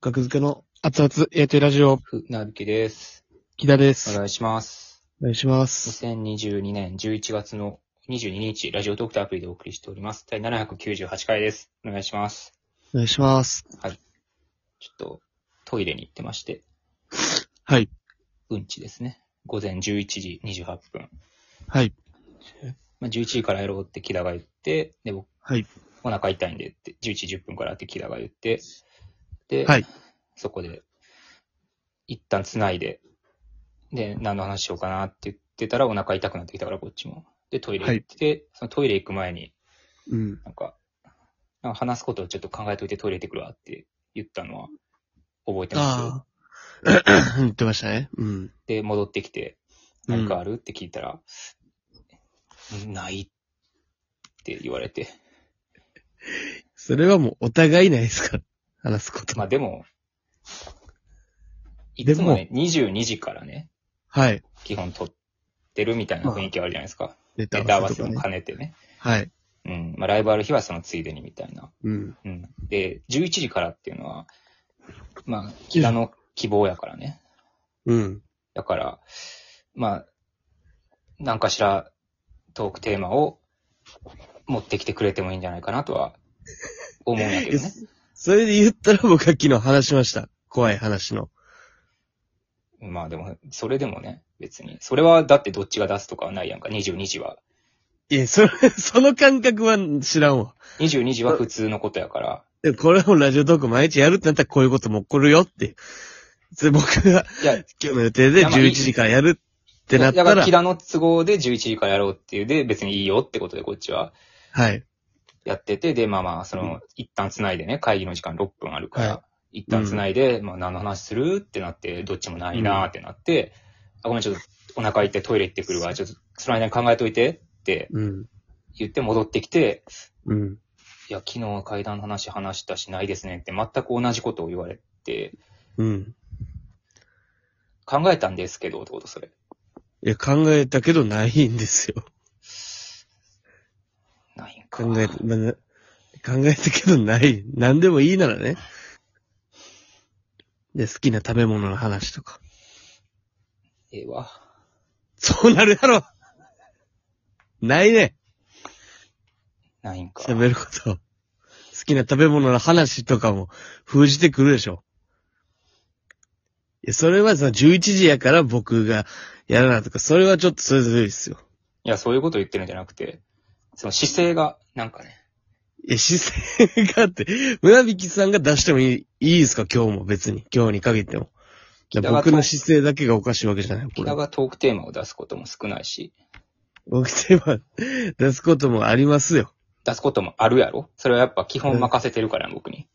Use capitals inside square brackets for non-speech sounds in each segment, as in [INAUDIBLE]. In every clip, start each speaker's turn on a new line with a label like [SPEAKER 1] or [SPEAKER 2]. [SPEAKER 1] 学付けの
[SPEAKER 2] 熱々、えーと、ラジオ、
[SPEAKER 3] ふなびきです。
[SPEAKER 2] 木田で
[SPEAKER 3] お
[SPEAKER 2] す。
[SPEAKER 3] 願いします。
[SPEAKER 1] お願いします。
[SPEAKER 3] 2022年11月の22日、ラジオトークとアプリでお送りしております。第798回です。お願いします。
[SPEAKER 1] お願いします。
[SPEAKER 3] ちょっと、トイレに行ってまして、
[SPEAKER 1] はい。
[SPEAKER 3] うんちですね。午前11時28分。
[SPEAKER 1] はい。
[SPEAKER 3] まあ、11時からやろうって木田が言って、で、僕、
[SPEAKER 1] はい。
[SPEAKER 3] お腹痛いんでって、11時10分からって木田が言って、で、
[SPEAKER 1] はい
[SPEAKER 3] そこで、一旦繋いで、で、何の話しようかなって言ってたらお腹痛くなってきたからこっちも。で、トイレ行って、そのトイレ行く前に、
[SPEAKER 1] うん。
[SPEAKER 3] なんか、なんか話すことをちょっと考えといてトイレ行ってくるわって言ったのは覚えてます
[SPEAKER 1] ああ。言ってましたね。うん。
[SPEAKER 3] で、戻ってきて、
[SPEAKER 1] うん
[SPEAKER 3] 何かあるって聞いたら、ないって言われて。
[SPEAKER 1] それはもうお互いないですから。話すこと。
[SPEAKER 3] まあでも、い
[SPEAKER 1] でも
[SPEAKER 3] つもね、22時からね、
[SPEAKER 1] はい。
[SPEAKER 3] 基本撮ってるみたいな雰囲気あるじゃないですか。
[SPEAKER 1] ネ
[SPEAKER 3] ネタ合わせ
[SPEAKER 1] とか
[SPEAKER 3] も
[SPEAKER 1] ね。
[SPEAKER 3] 兼ねてね。
[SPEAKER 1] はい。
[SPEAKER 3] うん。まあライブある日はそのついでにみたいな。
[SPEAKER 1] うん。
[SPEAKER 3] うん。で、11時からっていうのは、まあ、木田の希望やからね。
[SPEAKER 1] うん。
[SPEAKER 3] だから、まあ、何かしらトークテーマを持ってきてくれてもいいんじゃないかなとは思うんやけ
[SPEAKER 1] [LAUGHS]
[SPEAKER 3] どね。
[SPEAKER 1] それで言ったら僕は昨日話しました。怖い話の。
[SPEAKER 3] まあでも、それでもね、別に。それはだってどっちが出すとかはないやんか、22時は。
[SPEAKER 1] いや、それ、 [LAUGHS] その感覚は知らんわ。
[SPEAKER 3] 22時は普通のことやから。
[SPEAKER 1] でもこれはもうラジオトーク毎日やるってなったらこういうことも起こるよって。それ僕が
[SPEAKER 3] いや、
[SPEAKER 1] 今日の予定で11時からやるってなった
[SPEAKER 3] だから、
[SPEAKER 1] ら
[SPEAKER 3] 木、田の都合で11時からやろうっていうで、別にいいよってことでこっちは
[SPEAKER 1] はい。
[SPEAKER 3] やってて、で、まあまあ、その、一旦繋いでね、会議の時間6分あるから、一旦繋いで、まあ何の話するってなって、どっちもないなーってなって、あ、ごめん、ちょっとお腹痛い、トイレ行ってくるわ、ちょっとその間に考えといてって
[SPEAKER 1] うん。
[SPEAKER 3] 言って戻ってきて、
[SPEAKER 1] うん。
[SPEAKER 3] いや、昨日階段の話話したしないですねって全く同じことを言われて、
[SPEAKER 1] うん。
[SPEAKER 3] 考えたんですけど、ってことそれ。
[SPEAKER 1] いや、考えたけどないんですよ。
[SPEAKER 3] ないんか。
[SPEAKER 1] 考えた、まあな考えたけどない。何でもいいならね。で、好きな食べ物の話とか。
[SPEAKER 3] ええわ。
[SPEAKER 1] そうなるやろないね。
[SPEAKER 3] ないんか。
[SPEAKER 1] 喋ること。好きな食べ物の話とかも封じてくるでしょ。いや、それはさ、11時やから僕がやらなとか、それはちょっとそれぞれですよ。
[SPEAKER 3] いや、そういうこと言ってるんじゃなくて、その姿勢が、なんかね、
[SPEAKER 1] え、姿勢があって、 [LAUGHS] 村引さんが出してもいい、いいですか今日も別に。今日に限っても。
[SPEAKER 3] 北が
[SPEAKER 1] 僕の姿勢だけがおかしいわけじゃない。これ
[SPEAKER 3] 北。がトークテーマを出すことも少ないし、
[SPEAKER 1] 僕手は出すこともありますよ。
[SPEAKER 3] 出すこともあるやろそれはやっぱ基本任せてるから、僕に。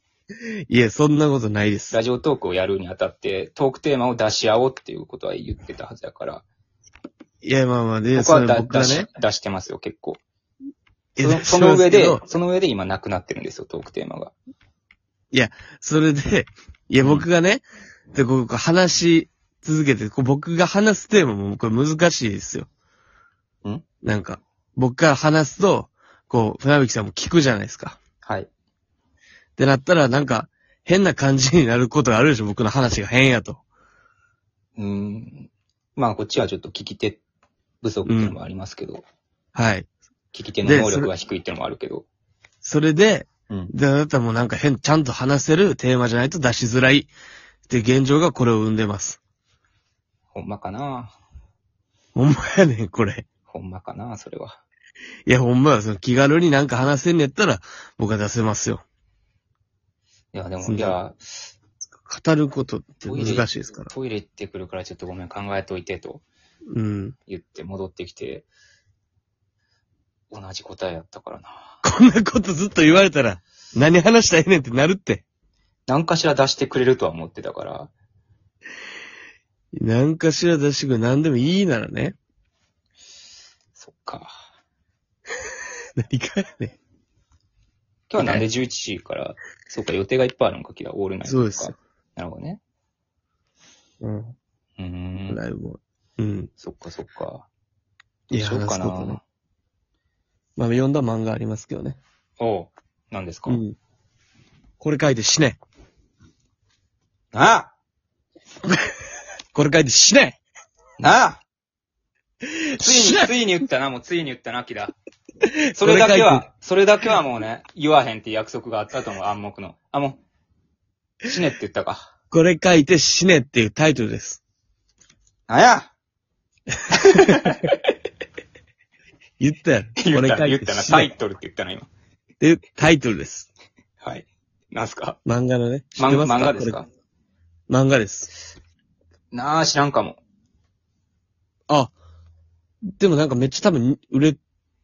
[SPEAKER 1] いや、そんなことないです。
[SPEAKER 3] ラジオトークをやるにあたって、トークテーマを出し合おうっていうことは言ってたはずやから、
[SPEAKER 1] いや、まあまあ、で、
[SPEAKER 3] 僕
[SPEAKER 1] そ
[SPEAKER 3] は
[SPEAKER 1] れ
[SPEAKER 3] だ
[SPEAKER 1] 僕が
[SPEAKER 3] 出し
[SPEAKER 1] ね。
[SPEAKER 3] 出してますよ、結構。
[SPEAKER 1] い
[SPEAKER 3] そ
[SPEAKER 1] や
[SPEAKER 3] のその上
[SPEAKER 1] 出 [LAUGHS]
[SPEAKER 3] で
[SPEAKER 1] しますけど、
[SPEAKER 3] その上で今なくなってるんですよ、トークテーマが。
[SPEAKER 1] それで、いや、僕がね、で、こう、こう話し続けて、こう僕が話すテーマも、これ難しいですよ。
[SPEAKER 3] ん
[SPEAKER 1] なんか、僕から話すと、こう、船引さんも聞くじゃないですか。
[SPEAKER 3] はい。
[SPEAKER 1] ってなったら、なんか、変な感じになることがあるでしょ僕の話が変やと。
[SPEAKER 3] うーん。まあ、こっちはちょっと聞き手不足っていうのもありますけど、
[SPEAKER 1] はい。
[SPEAKER 3] 聞き手の
[SPEAKER 1] で
[SPEAKER 3] 能
[SPEAKER 1] それ
[SPEAKER 3] 力が低いっていうのもあるけど、
[SPEAKER 1] それで、
[SPEAKER 3] うん。
[SPEAKER 1] で、あなたもなんか変、ちゃんと話せるテーマじゃないと出しづらい。って現状がこれを生んでます。
[SPEAKER 3] ほんまかな
[SPEAKER 1] ほんまやねん、これ。
[SPEAKER 3] ほんまかなそれは。
[SPEAKER 1] いや、ほんまや、その気軽になんか話せんねやったら、僕は出せますよ。
[SPEAKER 3] いや、でも、
[SPEAKER 1] そう
[SPEAKER 3] いや、
[SPEAKER 1] 語ることって難しいですから。
[SPEAKER 3] トイレ行ってくるからちょっとごめん考えといてと
[SPEAKER 1] うん。
[SPEAKER 3] 言って戻ってきて、同じ答えやったからな。
[SPEAKER 1] こんなことずっと言われたら、何話したいねんってなるって。
[SPEAKER 3] 何かしら出してくれるとは思ってたから、
[SPEAKER 1] なんかしら出してくれ、なんでもいいならね。 [LAUGHS]
[SPEAKER 3] そっか。
[SPEAKER 1] 何かやね
[SPEAKER 3] 今日はなんで11時から、そうか予定がいっぱいあるのか、きらオールナイトと
[SPEAKER 1] そ
[SPEAKER 3] か。
[SPEAKER 1] うです
[SPEAKER 3] なるほどね。
[SPEAKER 1] ん。
[SPEAKER 3] うー
[SPEAKER 1] うん。
[SPEAKER 3] ん。
[SPEAKER 1] ライブも。うん。
[SPEAKER 3] そっかそっか。
[SPEAKER 1] い
[SPEAKER 3] どう
[SPEAKER 1] や、
[SPEAKER 3] しよう
[SPEAKER 1] 話
[SPEAKER 3] か
[SPEAKER 1] すことね
[SPEAKER 3] な。。
[SPEAKER 1] まあ、読んだ漫画ありますけどね。
[SPEAKER 3] おう、何ですか、
[SPEAKER 1] ん。これ書いて死ね。
[SPEAKER 3] なあ
[SPEAKER 1] これからでしない
[SPEAKER 3] なあつい
[SPEAKER 1] しな
[SPEAKER 3] に、
[SPEAKER 1] い
[SPEAKER 3] ついに言ったな、もうついに言ったな、キダ。それだけは、それだけはもうね、言わへんって約束があったと思う、暗黙の。あ、もう、死ねって言ったか。
[SPEAKER 1] これ書いて死ねっていうタイトルです。
[SPEAKER 3] なんや
[SPEAKER 1] 言ったやろ。
[SPEAKER 3] [LAUGHS] 言
[SPEAKER 1] こ
[SPEAKER 3] っ
[SPEAKER 1] れ
[SPEAKER 3] た
[SPEAKER 1] 書
[SPEAKER 3] な、言
[SPEAKER 1] い
[SPEAKER 3] ってたな、
[SPEAKER 1] 死
[SPEAKER 3] タイ
[SPEAKER 1] ね
[SPEAKER 3] トルって言ったな、今。
[SPEAKER 1] っていうタイトルです。
[SPEAKER 3] はい。なんすか
[SPEAKER 1] 漫画のね。知っ
[SPEAKER 3] 漫
[SPEAKER 1] てます
[SPEAKER 3] 漫画ですか
[SPEAKER 1] これ漫画です。
[SPEAKER 3] なあ、知らんかも。
[SPEAKER 1] あ、でもなんかめっちゃ多分売れ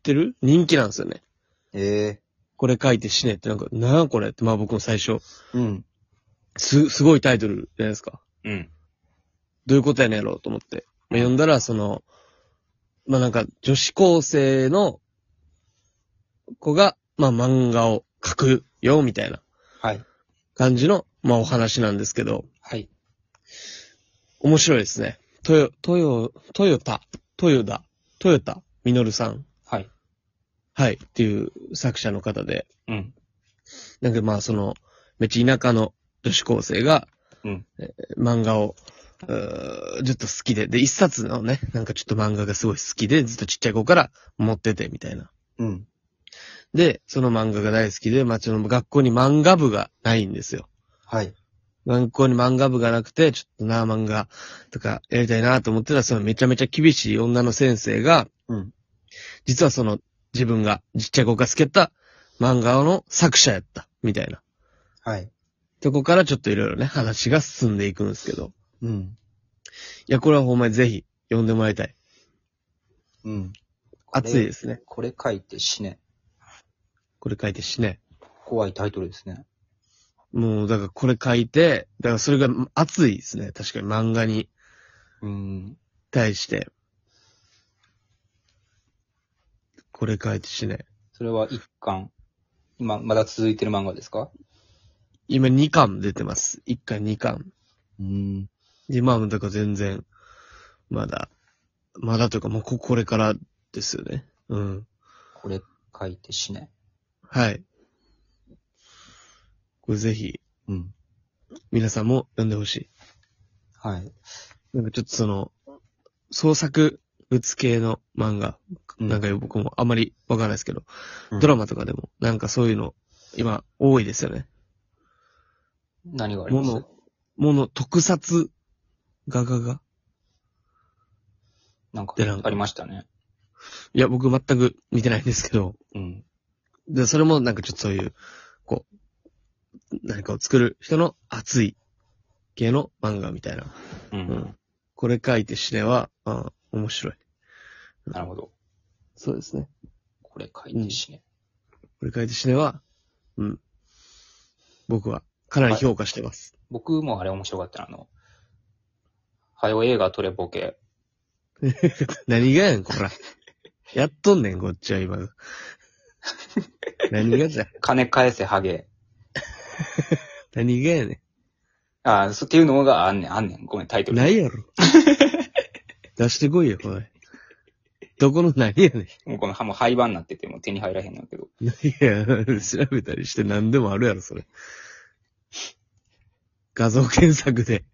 [SPEAKER 1] てる人気なんですよね。
[SPEAKER 3] え
[SPEAKER 1] これ書いて死ねってなんか、なあこれってまあ僕も最初、
[SPEAKER 3] えうん。
[SPEAKER 1] す、すごいタイトルじゃないですか。
[SPEAKER 3] うん。
[SPEAKER 1] どういうことやねんやろうと思って。まあ、読んだら、その、まあなんか女子高生の子が、まあ漫画を書くよみたいな
[SPEAKER 3] はい。
[SPEAKER 1] 感じの、まあお話なんですけど、
[SPEAKER 3] はい。
[SPEAKER 1] 面白いですね。トヨ、トヨ、トヨタ、トヨダ、トヨタ、ミノルさん。
[SPEAKER 3] はい。
[SPEAKER 1] はい。っていう作者の方で。
[SPEAKER 3] うん。
[SPEAKER 1] なんかまあその、めっちゃ田舎の女子高生が、
[SPEAKER 3] うん
[SPEAKER 1] えー漫画を、うーずっと好きで、で、一冊のね、なんかちょっと漫画がすごい好きで、ずっとちっちゃい子から持ってて、みたいな。
[SPEAKER 3] うん。
[SPEAKER 1] で、その漫画が大好きで、まあ、その学校に漫画部がないんですよ。
[SPEAKER 3] はい。
[SPEAKER 1] 学校に漫画部がなくて、ちょっとな、漫画とかやりたいなと思ってたら、そのめちゃめちゃ厳しい女の先生が、
[SPEAKER 3] うん
[SPEAKER 1] 実はその自分がちっちゃい子が好きやった漫画の作者やった、みたいな。
[SPEAKER 3] はい。
[SPEAKER 1] そこからちょっといろいろね、話が進んでいくんですけど。
[SPEAKER 3] うん。
[SPEAKER 1] いや、これはほんまにぜひ読んでもらいたい。
[SPEAKER 3] うん。
[SPEAKER 1] 熱いですね。
[SPEAKER 3] これ書いて死ね。
[SPEAKER 1] これ書いて死ね。
[SPEAKER 3] 怖いタイトルですね。
[SPEAKER 1] もう、だからこれ書いて、だからそれが熱いですね。確かに漫画に
[SPEAKER 3] うん。
[SPEAKER 1] 対して。これ書いて死ね。
[SPEAKER 3] それは一巻。今、まだ続いてる漫画ですか
[SPEAKER 1] 今2巻出てます。1巻2巻。
[SPEAKER 3] うん。
[SPEAKER 1] で、まあ、だから全然、まだ、まだというかもうここれからですよね。うん。
[SPEAKER 3] これ書いて死ね。
[SPEAKER 1] はい。これぜひ、
[SPEAKER 3] うん。
[SPEAKER 1] 皆さんも読んでほしい。
[SPEAKER 3] はい。
[SPEAKER 1] なんかちょっとその、創作物系の漫画、
[SPEAKER 3] うん
[SPEAKER 1] なんかよ僕もあんまりわからないですけど、
[SPEAKER 3] うん
[SPEAKER 1] ドラマとかでも、なんかそういうの、今、多いですよね。
[SPEAKER 3] 何があり
[SPEAKER 1] も
[SPEAKER 3] ます
[SPEAKER 1] の、もの、特撮、画がが。
[SPEAKER 3] なんか
[SPEAKER 1] でなんか
[SPEAKER 3] ありましたね。
[SPEAKER 1] いや、僕全く見てないんですけど、
[SPEAKER 3] うん。
[SPEAKER 1] で、それもなんかちょっとそういう、こう、何かを作る人の熱い系の漫画みたいな。う
[SPEAKER 3] う。
[SPEAKER 1] んん。これ書いて死ねは、あ面白い。
[SPEAKER 3] なるほど。
[SPEAKER 1] そうですね。
[SPEAKER 3] これ書いて死ね。
[SPEAKER 1] これ書いて死ねは、うん。僕はかなり評価してます。
[SPEAKER 3] 僕もあれ面白かったなあの、はよ映画撮れボケ。
[SPEAKER 1] 何がやねん、こら。やっとんねん、こっちは今。何がじゃ、
[SPEAKER 3] 金返せハゲ。
[SPEAKER 1] 何がやね
[SPEAKER 3] ああ、そうっていうのがあんねん、あんねん。ごめん、タイト
[SPEAKER 1] ん。
[SPEAKER 3] ル。
[SPEAKER 1] ないやろ。出してこいよ、これ。どこの何やねん。
[SPEAKER 3] もうこの歯も廃盤になってて、もう手に入らへんなんだけど。
[SPEAKER 1] いや、調べたりして何でもあるやろ、それ。画像検索で、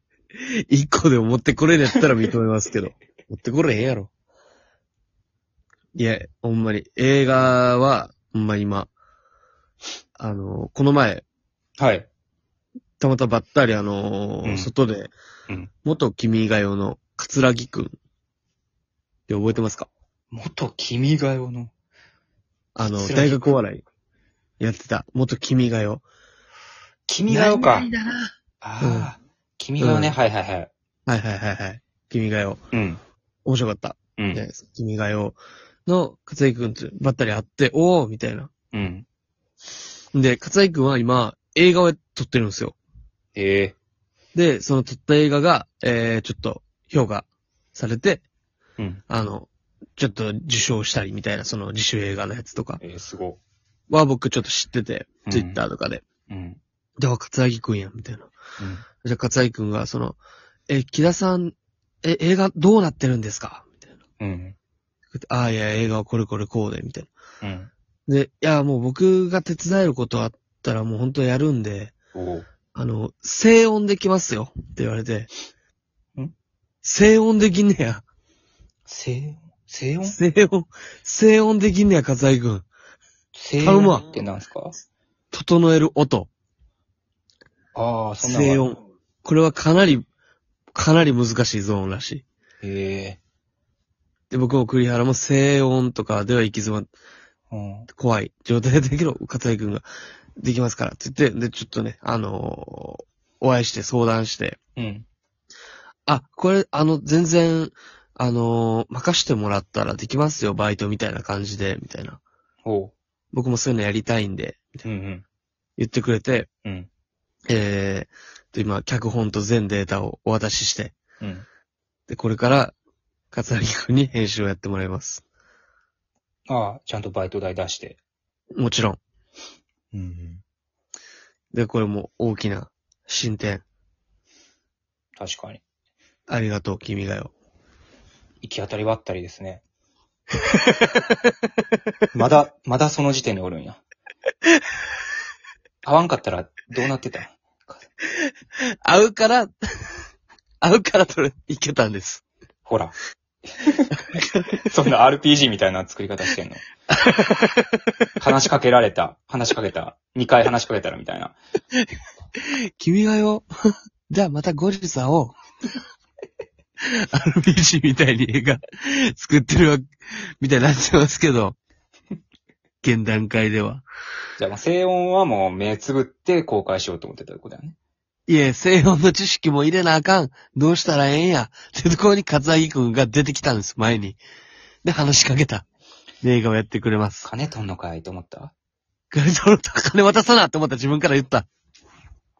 [SPEAKER 1] 一個でも持ってこれんやったら認めますけど、持ってこれへんやろ。いや、ほんまに、映画は、ほんま今、あの、この前、
[SPEAKER 3] はい。
[SPEAKER 1] たまたまばったりあの
[SPEAKER 3] うん
[SPEAKER 1] 外で、
[SPEAKER 3] うん
[SPEAKER 1] 元君が代の、カツラギくん。って覚えてますか
[SPEAKER 3] 元君が代の。
[SPEAKER 1] あの、
[SPEAKER 3] 桂木くん
[SPEAKER 1] 大学お笑い、やってた、元君が代。
[SPEAKER 3] 君が代か。
[SPEAKER 1] だな
[SPEAKER 3] ああ、君が代ね、
[SPEAKER 1] うん
[SPEAKER 3] はいはいはい。
[SPEAKER 1] はいはいはいはい。君が代。
[SPEAKER 3] うん。
[SPEAKER 1] 面白かった。
[SPEAKER 3] う
[SPEAKER 1] じゃない
[SPEAKER 3] ん。
[SPEAKER 1] ですか。君が代の、勝井くんとばったり会って、おーみたいな。
[SPEAKER 3] うん。
[SPEAKER 1] で、勝井くんは今、映画を撮ってるんですよ。
[SPEAKER 3] ええ
[SPEAKER 1] で、その撮った映画が、えー、ちょっと、評価されて、
[SPEAKER 3] うん。
[SPEAKER 1] あの、ちょっと受賞したりみたいな、その自主映画のやつとか
[SPEAKER 3] ええすご
[SPEAKER 1] は僕ちょっと知ってて、
[SPEAKER 3] い。
[SPEAKER 1] ツイッターとかで。
[SPEAKER 3] ー。うん。
[SPEAKER 1] で、あ、勝井くんやん、みたいな。
[SPEAKER 3] うん。
[SPEAKER 1] じゃあ、勝井くんが、その、え、木田さん、え、映画どうなってるんですかみたいな。
[SPEAKER 3] うん。
[SPEAKER 1] ああ、いや、映画はこれこれこうで、みたいな。
[SPEAKER 3] うん。
[SPEAKER 1] で、いや、もう僕が手伝えることあったらもう本当やるんで、
[SPEAKER 3] おー
[SPEAKER 1] あの、静音できますよって言われて。
[SPEAKER 3] ん
[SPEAKER 1] 静音できんねや。
[SPEAKER 3] 静音静音
[SPEAKER 1] 静音、静音できんねや、カツアイ君。
[SPEAKER 3] 静
[SPEAKER 1] 買うま
[SPEAKER 3] 音ってなんですか
[SPEAKER 1] 整える音。
[SPEAKER 3] ああ、そんなのが
[SPEAKER 1] 静
[SPEAKER 3] ある
[SPEAKER 1] 音。。これはかなり、かなり難しいゾーンらしい。
[SPEAKER 3] へえ。
[SPEAKER 1] で、僕も栗原も静音とかでは行き詰まっ
[SPEAKER 3] うん。
[SPEAKER 1] 怖い状態だけど、勝井くんができますからって言って、で、ちょっとね、あのーお会いして相談して、
[SPEAKER 3] うん。
[SPEAKER 1] あ、これ、あの、全然、あのー任してもらったらできますよ、バイトみたいな感じで、みたいな。
[SPEAKER 3] おう。
[SPEAKER 1] 僕もそういうのやりたいんで、
[SPEAKER 3] うんうん。
[SPEAKER 1] 言ってくれて、
[SPEAKER 3] うん。
[SPEAKER 1] えー、と、今、脚本と全データをお渡しして、
[SPEAKER 3] うん。
[SPEAKER 1] で、これから、勝井くんに編集をやってもらいます。
[SPEAKER 3] ああ、ちゃんとバイト代出して。
[SPEAKER 1] もちろん。
[SPEAKER 3] うんうん。
[SPEAKER 1] で、これも大きな進展。
[SPEAKER 3] 確かに。
[SPEAKER 1] ありがとう、君がよ。
[SPEAKER 3] 行き当たりばったりです [LAUGHS] ね。まだ、まだその時点でおるんや。会わんかったらどうなってたん
[SPEAKER 1] 会うから、会うから取れ、いけたんです。
[SPEAKER 3] ほ [LAUGHS] ら。そんな RPG みたいな作り方 [LAUGHS] してんの。話しかけられた。話しかけた。2回話しかけたらみたいな。
[SPEAKER 1] 君がよ。 [LAUGHS] じゃあまた後日会おう。RPG みたいに映画 [LAUGHS] 作ってるわ、みたいになってますけど。現段階では。
[SPEAKER 3] じゃあ、静音はもう目つぶって公開しようと思ってたとこだよね。
[SPEAKER 1] いえ、西音の知識も入れなあかん。どうしたらええんや。ってところに勝明くんが出てきたんです、前に。で、話しかけた。で映画をやってくれます。
[SPEAKER 3] 金取んのかいと思った
[SPEAKER 1] 金取ると金渡さなって思った自分から言った。